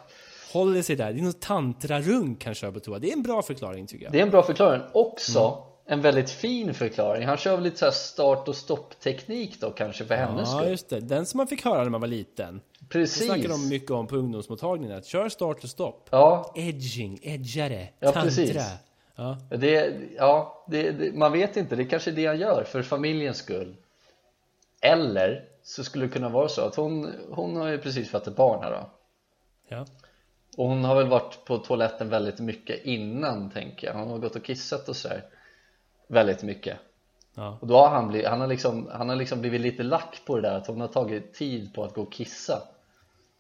B: Håller sig där. Det är någon tantrarunk han kör på toa. Det är en bra förklaring tycker jag.
A: Det är en bra förklaring. Också
B: Mm.
A: en väldigt fin förklaring. Han kör väl lite så här start och stoppteknik då kanske för hennes
B: Ja,
A: skull.
B: just det. Den som man fick höra när man var liten. Det
A: Precis.
B: snackade de mycket om på ungdomsmottagningen. Att kör start och stopp.
A: Ja,
B: Edging, edgare,
A: Ja, precis.
B: tantra. Ja,
A: det, ja det, det, man vet inte. Det är kanske är det han gör för familjens skull. Eller så skulle det kunna vara så att hon, hon har ju precis fått ett barn här då.
B: ja.
A: Och hon har väl varit på toaletten väldigt mycket innan tänker jag. Hon har gått och kissat och sådär. Väldigt mycket.
B: ja.
A: Och då har han, blivit, han, har liksom, han har liksom blivit lite lack på det där att hon har tagit tid på att gå och kissa.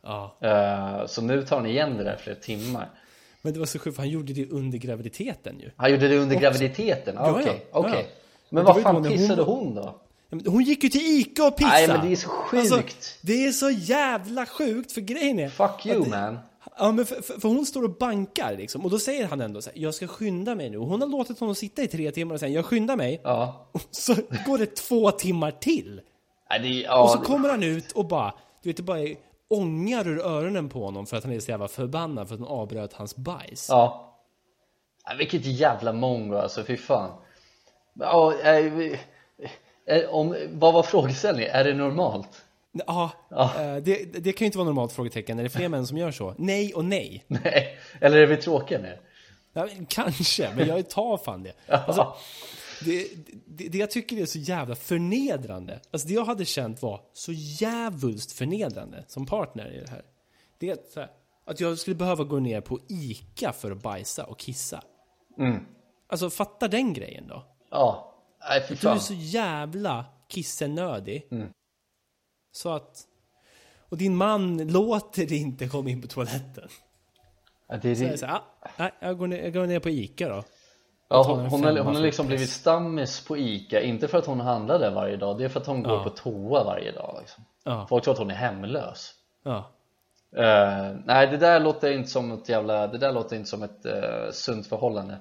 B: ja.
A: Eh, Så nu tar han igen det där flera timmar.
B: Men det var så sjukt, för han gjorde det under graviditeten ju.
A: Han gjorde det under graviditeten? Ah,
B: Ja, ja.
A: Okej,
B: Ja,
A: okej.
B: ja.
A: Men
B: Det var
A: vad
B: ju då
A: fan
B: när hon-
A: pissade hon då?
B: Ja, men Hon gick ju till Ica och pissade!
A: Nej, men det är så sjukt.
B: det är så jävla sjukt, för grejen är...
A: Fuck you
B: att det-
A: man!
B: Ja, men för, för, för hon står och bankar liksom, och då säger han ändå så här, jag ska skynda mig nu. Och Hon har låtit honom sitta i tre timmar och säger, jag skyndar mig.
A: Ja.
B: Och så går det två timmar till!
A: Nej, det är,
B: Och så
A: ja, det-
B: kommer han ut och bara, du vet det bara är ångar ur öronen på honom för att han är så jävla förbannad för att hon avbröt hans bajs.
A: ja. Nej, Vilket jävla mongo alltså, fy fan. Ja, nej, vi- eh, om, vad var frågeställningen? Är det normalt?
B: Ja, eh, Det, det kan ju inte vara normalt frågetecken. Är det fler män som gör så? Nej och nej.
A: Nej, eller är vi tråkiga nu?
B: Ja, men kanske, men jag tar fan det. Alltså, det, det. Det jag tycker är så jävla förnedrande, alltså det jag hade känt var så jävulst förnedrande som partner i det här. Det är så här, att jag skulle behöva gå ner på ICA för att bajsa och kissa. Alltså fatta den grejen då.
A: Ja, nej fy
B: Du är
A: fan.
B: så jävla kissenödig. Så att... Och din man låter dig inte komma in på toaletten.
A: Ja, det är,
B: Jag, säger, ah, nej, jag, går ner, jag går ner på ICA då.
A: Ja,
B: tar
A: hon,
B: en
A: hon, har,
B: femma
A: hon har
B: för
A: liksom blivit stammis på ICA, inte för att hon handlar där varje dag, det är för att hon går på toa varje dag liksom.
B: Ja.
A: Folk tror att hon är hemlös
B: Ja.
A: Eh, Nej, det där låter inte som ett jävla, det där låter inte som ett eh, sunt förhållande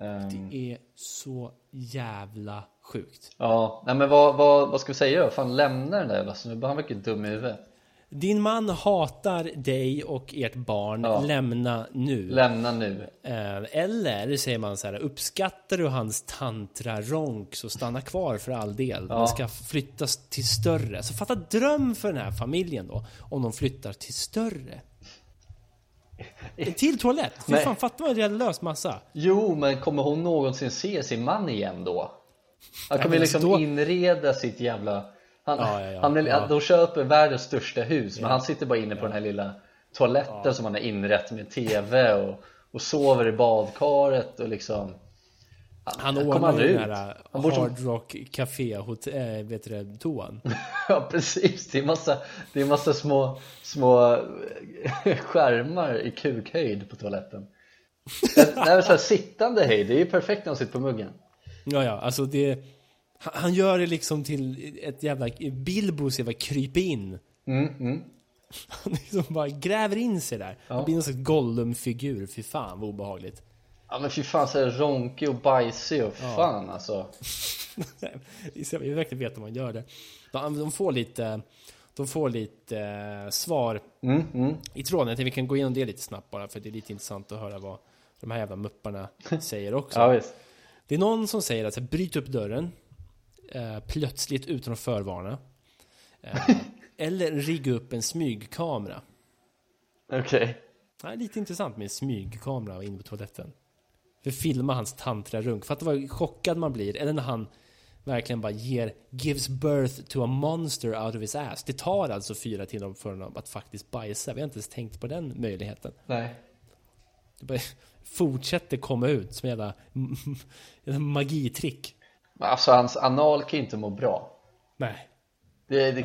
A: Ehm,
B: är så jävla sjukt.
A: Ja, nej men vad, vad, vad ska vi säga då? Fan lämna den där jävla snubben, han verkar dum i huvudet
B: Din man hatar dig och ert barn.
A: Ja.
B: Lämna nu.
A: Lämna nu
B: Eh, Eller säger man så här, uppskattar du hans tantraronk så stanna kvar för all del. Man ska flyttas till större. Så fatta dröm för den här familjen då, om de flyttar till större. En till toalett! Fy
A: Nej.
B: fan, fattar man? Det hade löst massa.
A: Jo, men kommer hon någonsin se sin man igen då? Han kommer
B: men
A: liksom
B: alltså då-
A: inreda sitt jävla... Han,
B: Ja, ja, ja,
A: han är,
B: ja.
A: De köper världens största hus men han sitter bara inne på den här lilla toaletten som han har inrett med TV och, och sover i badkaret och liksom...
B: Han
A: kommer
B: ordnar
A: aldrig
B: ju
A: ut.
B: den här
A: Han bor som-
B: Hard Rock Café, hotell, äh, vet du det, toan.
A: Ja precis, det är massa, det är massa små, små eh, skärmar i kukhöjd på toaletten. Nej, men så här, sittande höjd, det är ju perfekt när han sitter på muggen.
B: Ja, ja, alltså det... Han han gör det liksom till ett jävla... Bilbos jävla kryp in.
A: Mm, mm.
B: Han liksom bara gräver in sig där. Han blir någon slags Gollum-figur. Fy fan vad obehagligt.
A: Ja men fy fan så här ronkig och bajsig och
B: Ja.
A: fan alltså.
B: Jag vill verkligen veta vad man gör där. De, de får lite, de får lite eh, svar
A: Mm, mm.
B: i tråden. Jag tänkte vi kan gå igenom det lite snabbt bara för det är lite intressant att höra vad de här jävla mupparna säger också.
A: Ja visst.
B: Det är någon som säger att så här, bryt upp dörren eh, plötsligt utan att förvarna. Eh, eller rigga upp en smygkamera.
A: Okej.
B: Ja, det är lite intressant med en smygkamera inne på toaletten. För filma hans tantrarunk. Fatta vad chockad man blir. Eller när han verkligen bara ger, gives birth to a monster out of his ass. Det tar alltså fyra timmar för honom att faktiskt bajsa. Vi har inte ens tänkt på den möjligheten.
A: Nej.
B: Det bara fortsätter komma ut som en jävla, jävla magitrick.
A: Men alltså hans anal kan ju inte må bra.
B: Nej.
A: Det, det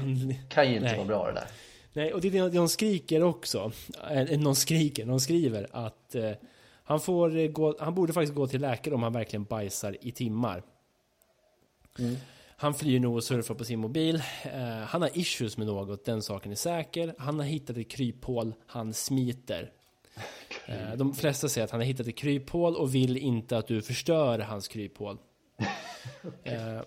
A: kan ju inte
B: Mm, Nej.
A: må bra det där.
B: Nej, och det är det de skriker också. Eh, Någon skriker, någon skriver att eh, han, får eh, gå, han borde faktiskt gå till läkare om han verkligen bajsar i timmar. Han flyr nog och surfar på sin mobil. Eh, han har issues med något, den saken är säker. Han har hittat ett kryphål, han smiter. Eh, de flesta säger att han har hittat ett kryphål och vill inte att du förstör hans kryphål. Eh,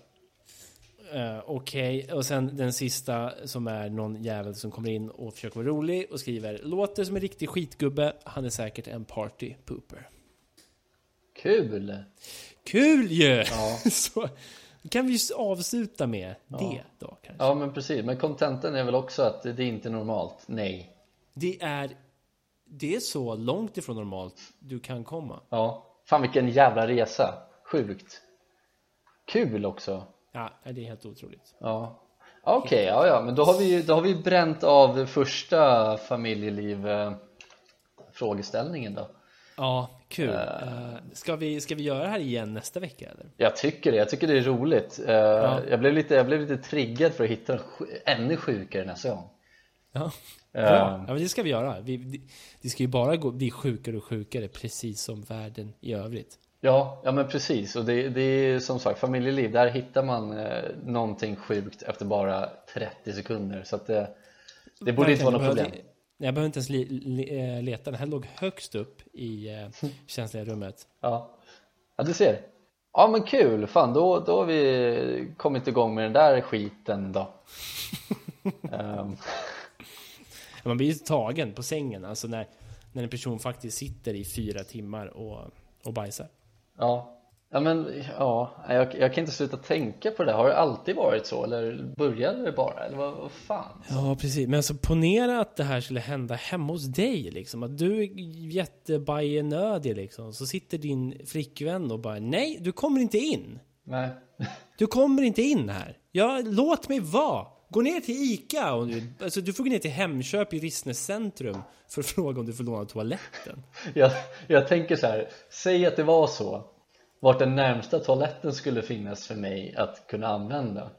B: Eh, Okej, och sen den sista som är någon jävel som kommer in och försöker vara rolig och skriver Låter som en riktig skitgubbe, han är säkert en party pooper.
A: Kul!
B: Kul ju!
A: Ja.
B: Så kan vi ju avsluta med det då kanske.
A: Ja men precis, men kontenten är väl också att det är inte normalt, nej
B: Det är Det är så långt ifrån normalt du kan komma.
A: Ja, fan vilken jävla resa, sjukt Kul också
B: Ja, det är helt otroligt.
A: Ja Okej, ja ja, men då har vi ju då har vi bränt av första familjeliv eh, frågeställningen då
B: Ja, kul. Eh, ska, vi, ska vi göra det här igen nästa vecka eller?
A: Jag tycker det, jag tycker det är roligt Eh, jag, blev lite, jag blev lite triggad för att hitta en sj- ännu sjukare nästa gång
B: Ja.
A: Eh,
B: Bra. Ja, men det ska vi göra. Vi, det- det ska ju bara gå, bli sjukare och sjukare, precis som världen i övrigt.
A: Ja, ja men precis och det, det är som sagt familjeliv, där hittar man eh, någonting sjukt efter bara 30 sekunder så att det, det borde inte vara något problem
B: Verkligen, jag behövde- Nej, jag behöver inte ens li, li, eh, leta. Den här låg högst upp i eh, känsliga rummet.
A: ja. ja, du ser Ja men kul, fan då, då har vi kommit igång med den där skiten då Ehm,
B: Man blir ju tagen på sängen, alltså när, när en person faktiskt sitter i fyra timmar och, och bajsar.
A: Ja, ja men ja, jag, jag kan inte sluta tänka på det där. har det alltid varit så eller började det bara eller vad, vad fan?
B: Ja, precis. Men alltså ponera att det här skulle hända hemma hos dig liksom. Att du är jättebajenödig liksom. Så sitter din flickvän och bara nej, du kommer inte in.
A: Nej,
B: Du kommer inte in här. Ja, låt mig vara. Gå ner till ICA. Om du, alltså, du får gå ner till Hemköp i Rissnes centrum för att fråga om du får låna toaletten.
A: jag, jag tänker så här, säg att det var så vart den närmsta toaletten skulle finnas för mig att kunna använda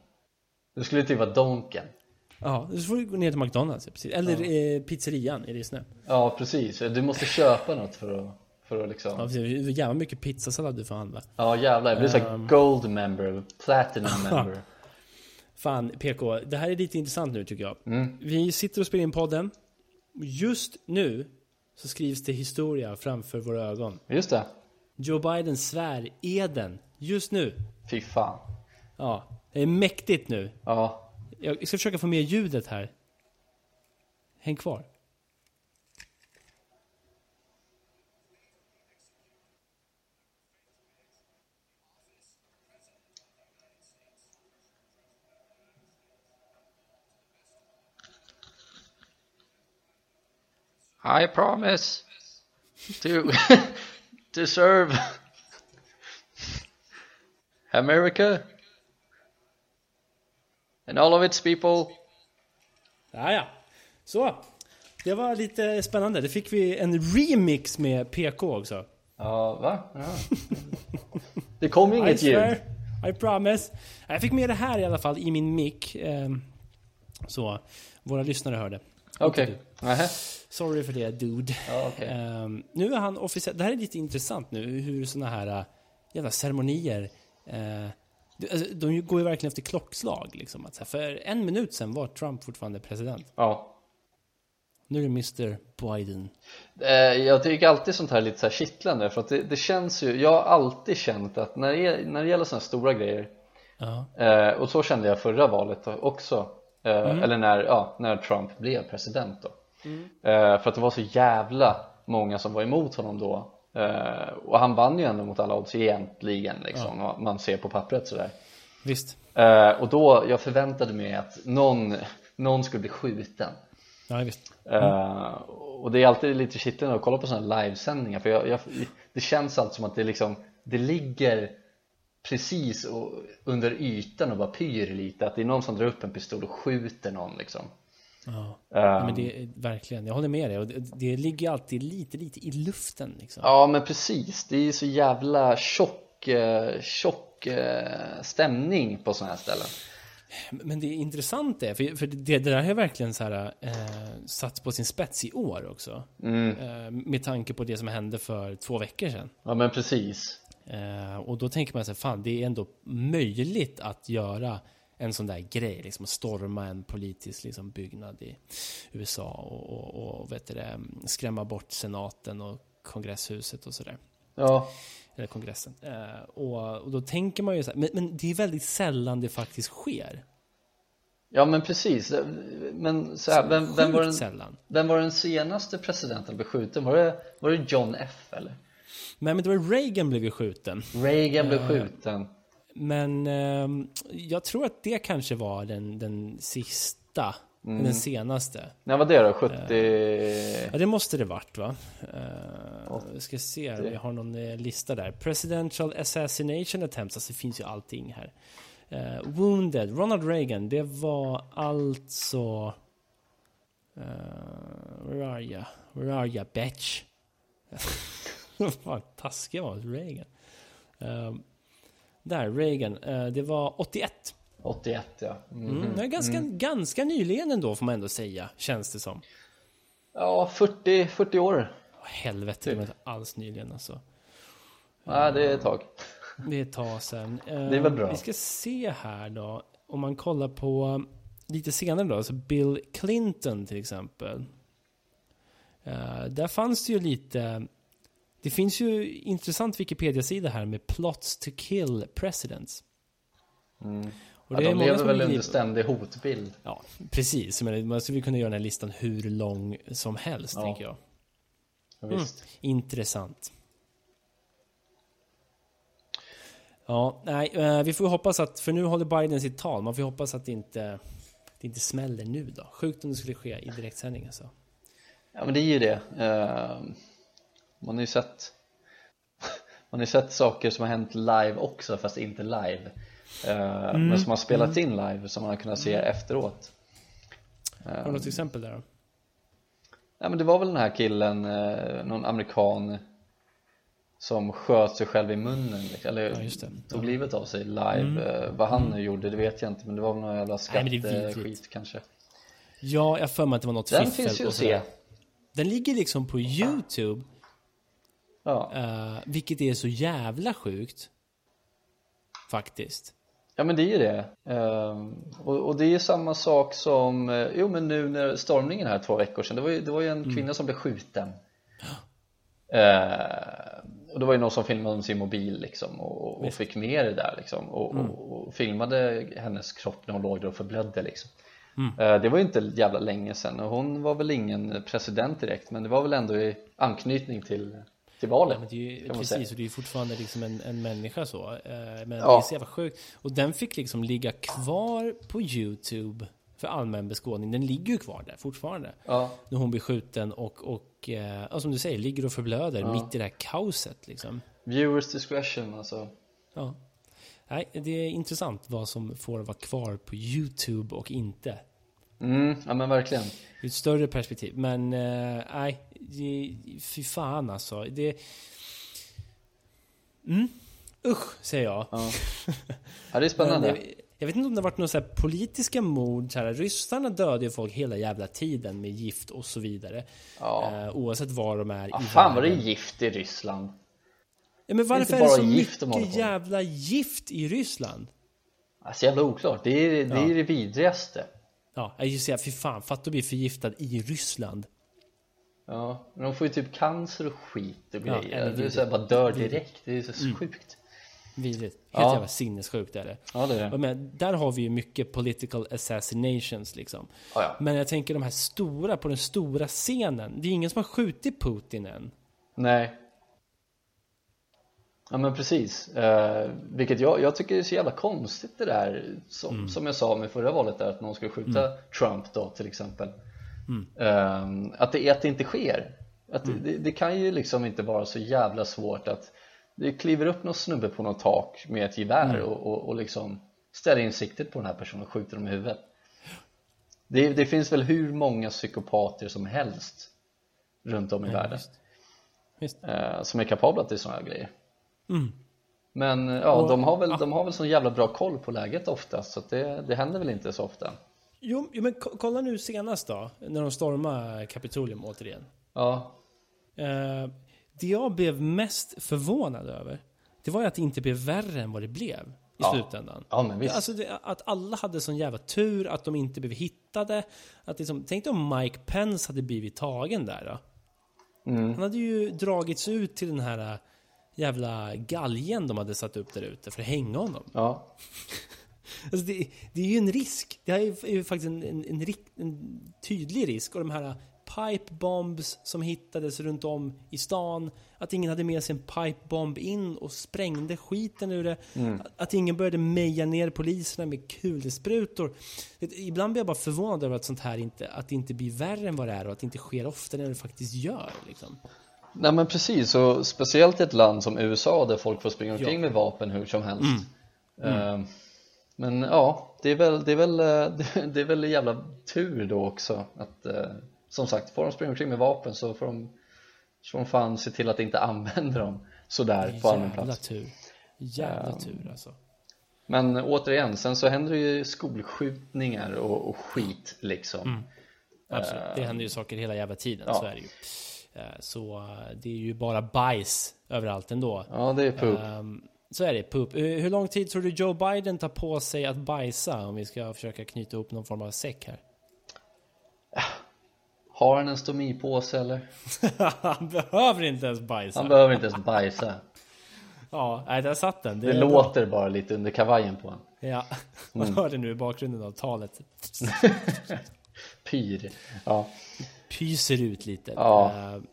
A: det skulle typ vara Donken
B: Ja, så får du gå ner till McDonalds. ja, Precis. Eller eh, pizzerian i Rissne.
A: ja precis, du måste köpa något för att, för att
B: Ja,
A: liksom
B: precis. Det är jävla mycket pizzasallad du får handla.
A: ja jävlar, jag blir så
B: Ehm.
A: här gold member, platinum member
B: Fan, PK. Det här är lite intressant nu tycker jag. Vi sitter och spelar in podden. Just nu så skrivs det historia framför våra ögon.
A: just det,
B: Joe Biden svär eden just nu.
A: fy fan
B: Ja, det är mäktigt nu.
A: ja,
B: Jag ska försöka få med ljudet här. Häng kvar.
A: I promise to to serve America and all of its people.
B: Ja, ja. Så. Det var lite spännande. Det fick vi en remix med PK också.
A: Ja, va? Ja. Det kom ju
B: I
A: inget
B: swear.
A: ljud.
B: I promise. Jag fick med det här i alla fall i min mick. ehm, Så våra lyssnare hörde.
A: Okej.
B: Inte typ. du.
A: Nähä.
B: Sorry för det dude.
A: Ja, okej.
B: Ehm, nu är han officiell. Det här är lite intressant nu hur såna här äh, jävla ceremonier. eh, det- alltså, de ju- går ju verkligen efter klockslag. Liksom, att så här, för en minut sedan var Trump fortfarande president.
A: Ja.
B: Nu är det Mr Biden.
A: Eh, Jag tycker alltid sånt här är lite så här kittlande för att det, det känns ju, jag har alltid känt att när det, när det gäller sådana stora grejer
B: Ja.
A: eh, och så kände jag förra valet också eh, eller när, ja, när Trump blev president då eh, för att det var så jävla många som var emot honom då eh, och han vann ju ändå mot alla odds egentligen liksom, om man ser på pappret sådär
B: Visst.
A: eh, och då, jag förväntade mig att någon, någon skulle bli skjuten
B: Ja, visst.
A: Eh, och det är alltid lite kittlande att kolla på sådana livesändningar för jag, jag, det känns alltid som att det liksom det ligger precis och, under ytan och bara pyr lite att det är någon som drar upp en pistol och skjuter någon liksom
B: Ja.
A: Eh,
B: Ja, men det är verkligen, jag håller med dig. Och det, det ligger alltid lite, lite i luften liksom.
A: ja men precis det är ju så jävla tjock, eh, tjock eh, stämning på sådana här ställen
B: Men det är intressant det, för, för det, det där har verkligen så här, eh, satts på sin spets i år också. Eh, med tanke på det som hände för två veckor sedan.
A: ja men precis
B: Eh, och då tänker man sig, fan det är ändå möjligt att göra en sån där grej, liksom att storma en politisk liksom, byggnad i USA och, och, och vet du det, skrämma bort senaten och kongresshuset och sådär.
A: ja
B: Eller kongressen. Eh, och, och då tänker man ju så här, men, men det är väldigt sällan det faktiskt sker.
A: ja men precis men så här, vem, vem var
B: Sjukt
A: den
B: sällan.
A: Vem var den senaste presidenten blev skjuten? Var det, var det John F eller?
B: Nej men det var Reagan blev ju skjuten.
A: Reagan
B: Eh.
A: blev skjuten
B: Men ehm, jag tror att det kanske var den, den sista,
A: Mm.
B: den senaste.
A: När var det då? 70?
B: Ja, det måste det varit va? Eh, vi ska se, här, vi har någon eh, lista där. Presidential assassination attempts, alltså det finns ju allting här. Eh, wounded, Ronald Reagan, det var alltså... eh, where are you? Where are you bitch? Vad taskig jag var mot Reagan. Eh, där, Reagan. Eh, det var 81.
A: 81 ja mm.
B: Mm, det är ganska, ganska nyligen ändå får man ändå säga, känns det som.
A: Ja, 40, 40 år
B: Åh, Helvete, det var inte alls nyligen alltså.
A: Nej, det är ett tag
B: Det är ett tag sedan. Eh,
A: Det är väl bra.
B: Vi ska se här då. Om man kollar på lite senare då, så Bill Clinton till exempel. Eh, där fanns det ju lite... Det finns ju intressant Wikipedia-sida här med Plots to kill presidents. Och
A: Mm. ja,
B: det är
A: De
B: många
A: lever
B: som
A: väl
B: har
A: under
B: gripit-
A: ständig hotbild
B: Ja, precis. Jag menar, Man skulle kunna göra den här listan hur lång som helst,
A: Ja.
B: tänker jag.
A: ja,
B: Mm.
A: Visst
B: Intressant. Ja, nej, eh, vi får hoppas att, för nu håller Biden sitt tal, man får hoppas att det inte, det inte smäller nu då. Sjukt om det skulle ske i direktsändning alltså.
A: Ja men det är ju det Ehm, Man har ju sett Man har ju sett saker som har hänt live också fast inte live Ehm,
B: Mm.
A: Men som har spelats in live som man har kunnat se efteråt
B: Har du något exempel där då?
A: Ja men det var väl den här killen, eh, någon amerikan som sköt sig själv i munnen liksom, eller
B: Ja, just det.
A: tog livet av sig live Eh, Vad han nu gjorde det vet jag inte men det var väl någon jävla
B: Nej, men det är vidrigt.
A: skatteskit kanske
B: Ja, jag har för mig att det var något
A: Den
B: fiffel
A: finns ju
B: och
A: att
B: sådär.
A: se
B: Den ligger liksom på YouTube,
A: ja.
B: eh, vilket är så jävla sjukt. Faktiskt.
A: ja men det är ju det Ehm, och, och det är ju samma sak som, eh, jo men nu när stormningen här två veckor sedan Det var ju, det var ju en
B: Mm.
A: kvinna som blev skjuten Eh, och det var ju någon som filmade med sin mobil liksom och, och
B: Visst. Mm.
A: fick med det där liksom och, och, och filmade hennes kropp när hon låg där och förblödde liksom.
B: Mm.
A: Eh, det var ju inte jävla länge sedan och hon var väl ingen president direkt men det var väl ändå i anknytning till, till valet.
B: Ja, men det är ju,
A: kan man säga.
B: precis, och det är ju fortfarande liksom en, en människa så. Eh, Men det är
A: Ja.
B: så jävla sjukt. Och den fick liksom ligga kvar på YouTube för allmän beskådning. Den ligger ju kvar där fortfarande.
A: Ja,
B: När hon blir skjuten och, och eh, ja, som du säger, ligger och förblöder mitt i det här kaoset. Liksom.
A: viewers discretion alltså.
B: Ja. Nej, det är intressant vad som får vara kvar på YouTube och inte.
A: Mm, ja men verkligen.
B: Ur ett större perspektiv. Men eh, nej, det- fy fan alltså. Det... Mm. Usch, säger jag.
A: Ja, det är
B: Men
A: spännande.
B: Jag, jag vet inte om det har varit några så här politiska mord. Så här, ryssarna dödar ju folk hela jävla tiden med gift och så vidare.
A: Ja.
B: Eh, oavsett var de är
A: Ah,
B: i
A: fan vad det är
B: världen.
A: gift i Ryssland.
B: ja, Men varför
A: inte
B: är det
A: bara
B: så
A: gift de håller på
B: mycket
A: med.
B: jävla gift i Ryssland?
A: Alltså jävla oklart. Det är det, är det vidrigaste.
B: Ja, jag just säga, fy fan, fatta att bli förgiftad i Ryssland.
A: Ja, men de får ju typ cancer och skit och
B: Ja,
A: grejer.
B: eller
A: det är
B: vidrigt.
A: så här, bara dör
B: Vidrigt. Mm.
A: direkt. Det är så sjukt.
B: Vidrigt. Helt
A: Ja.
B: jävla sinnessjukt är det.
A: Ja, det är det.
B: Och Men, där har vi ju mycket political assassinations liksom.
A: Ja, ja.
B: Men jag tänker de här stora, på den stora scenen. Det är ingen som har skjutit Putin än.
A: Nej. Ja men precis. Eh, vilket jag, jag tycker är så jävla konstigt det där som, som jag sa med förra valet där att någon skulle skjuta Trump då till exempel. Eh, att, det, att det inte sker. Att det, det, det kan ju liksom inte vara så jävla svårt att det kliver upp någon snubbe på något tak med ett gevär och, och, och liksom ställer in siktet på den här personen och skjuter dem i huvudet. Det, det finns väl hur många psykopater som helst runt om i världen
B: Visst. Visst.
A: eh, som är kapabla till sådana här grejer.
B: Mm.
A: Men eh, ja,
B: Och-
A: de, har väl, de har väl så jävla bra koll på läget oftast så att det, det händer väl inte så ofta.
B: Jo, jo, men ko- kolla nu senast då, när de stormar Kapitolium återigen.
A: Ja,
B: Eh, det jag blev mest förvånad över, det var ju att det inte blev värre än vad det blev i
A: Ja.
B: slutändan.
A: ja men visst.
B: Alltså det, att alla hade sån jävla tur, att de inte blev hittade. Att liksom, tänk dig om Mike Pence hade blivit tagen där då.
A: Mm.
B: Han hade ju dragits ut till den här äh, jävla galgen de hade satt upp där ute för att hänga honom.
A: Ja,
B: Alltså det, det är ju en risk. Det här är ju- är ju faktiskt en, en, en, rikt- en tydlig risk. Och de här pipe bombs som hittades runt om i stan. Att ingen hade med sig en pipe bomb in och sprängde skiten ur det.
A: Mm.
B: Att- Att ingen började meja ner poliserna med kulsprutor. Det- Ibland blir jag bara förvånad över att sånt här inte, att det inte blir värre än vad det är och att det inte sker oftare än det faktiskt gör. Liksom.
A: nej men precis och speciellt i ett land som USA där folk får springa omkring
B: Ja. Mm.
A: med vapen hur som helst. Eh, men ja, det är väl, det är väl, eh, det är väl jävla tur då också att eh, som sagt, får de springa omkring med vapen så får de, så får de fan se till att inte använda dem sådär på allmän
B: Jävla
A: plats. Ehm.
B: tur. Jävla tur alltså.
A: Men återigen, sen så händer det ju skolskjutningar och, och skit liksom.
B: Mm. Absolut, det händer ju saker hela jävla tiden.
A: Ehm, ja.
B: Så är det ju. Eh, Så eh, det är ju bara bajs överallt ändå.
A: Ja, det är poop.
B: Ehm, Så är det, poop. Eh, Hur lång tid tror du Joe Biden tar på sig att bajsa? Om vi ska försöka knyta ihop någon form av säck här.
A: Har han en stomipåse eller?
B: Han behöver inte ens
A: Han
B: bajsa.
A: behöver inte ens bajsa.
B: Ja, nej, där satt den.
A: Det
B: är-
A: låter bara lite under kavajen på honom.
B: Ja, man
A: Mm.
B: hör det nu i bakgrunden av talet.
A: Pyr. Ja.
B: Pyser ut lite.
A: Ja.
B: Ehm,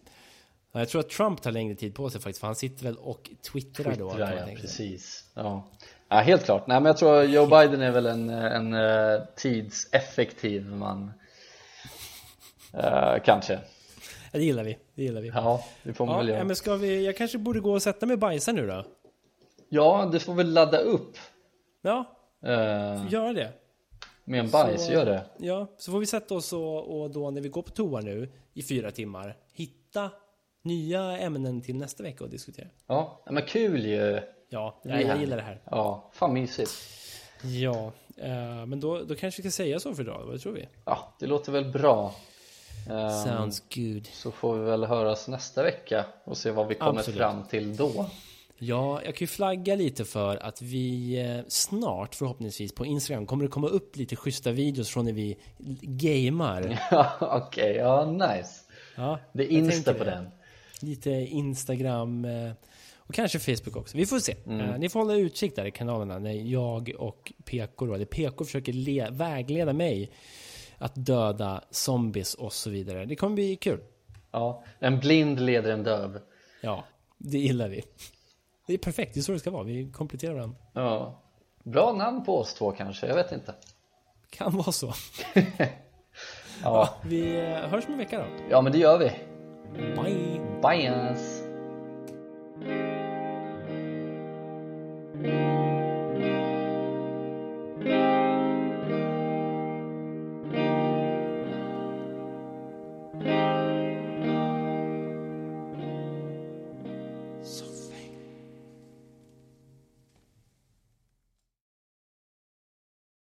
B: ja, Jag tror att Trump tar längre tid på sig faktiskt, för han sitter väl och twittrar, då. kan man
A: Twittrar ja,
B: tänka sig.
A: precis. Ja. ja, helt klart. Nej, men jag tror Joe Biden är väl en, en eh, tidseffektiv man. Eh, kanske.
B: Ja, Det gillar vi. Det gillar vi.
A: Ja, det får man
B: Ja,
A: väl
B: ja,
A: göra.
B: men ska vi, jag kanske borde gå och sätta mig och bajsa nu då?
A: Ja, du får väl ladda upp
B: Ja,
A: eh,
B: gör det.
A: med en bajs,
B: Så-
A: gör det.
B: Ja, så får vi sätta oss och, och då när vi går på toa nu i fyra timmar hitta nya ämnen till nästa vecka och diskutera.
A: Ja, men kul ju!
B: Ja,
A: blir
B: jag, jag
A: härligt.
B: gillar det här.
A: Ja, fan mysigt.
B: Ja, eh, men då, då kanske vi ska säga så för idag. Vad tror vi?
A: Ja, det låter väl bra. Ehm,
B: Sounds good.
A: Så får vi väl höras nästa vecka och se vad vi kommer
B: Absolut.
A: fram till då.
B: Ja, jag kan ju flagga lite för att vi eh, snart förhoppningsvis på Instagram kommer det komma upp lite schyssta videos från när vi gamer.
A: Ja, Okej, ja nice.
B: Ja,
A: Det är
B: jag tänker
A: Insta på
B: det.
A: den.
B: lite Instagram eh, och kanske Facebook också. Vi får se. Eh, Ni får hålla utkik där i kanalerna när jag och PK, då, eller PK försöker le- vägleda mig att döda zombies och så vidare. Det kommer bli kul.
A: Ja, en blind leder en döv.
B: Ja, det gillar vi. Det är perfekt, det är så det ska vara. Vi kompletterar varandra.
A: Ja. Bra namn på oss två kanske, jag vet inte.
B: Kan vara så.
A: Ja,
B: Vi eh, hörs om en vecka då.
A: ja men det gör vi.
B: Bye!
A: Bye! ass.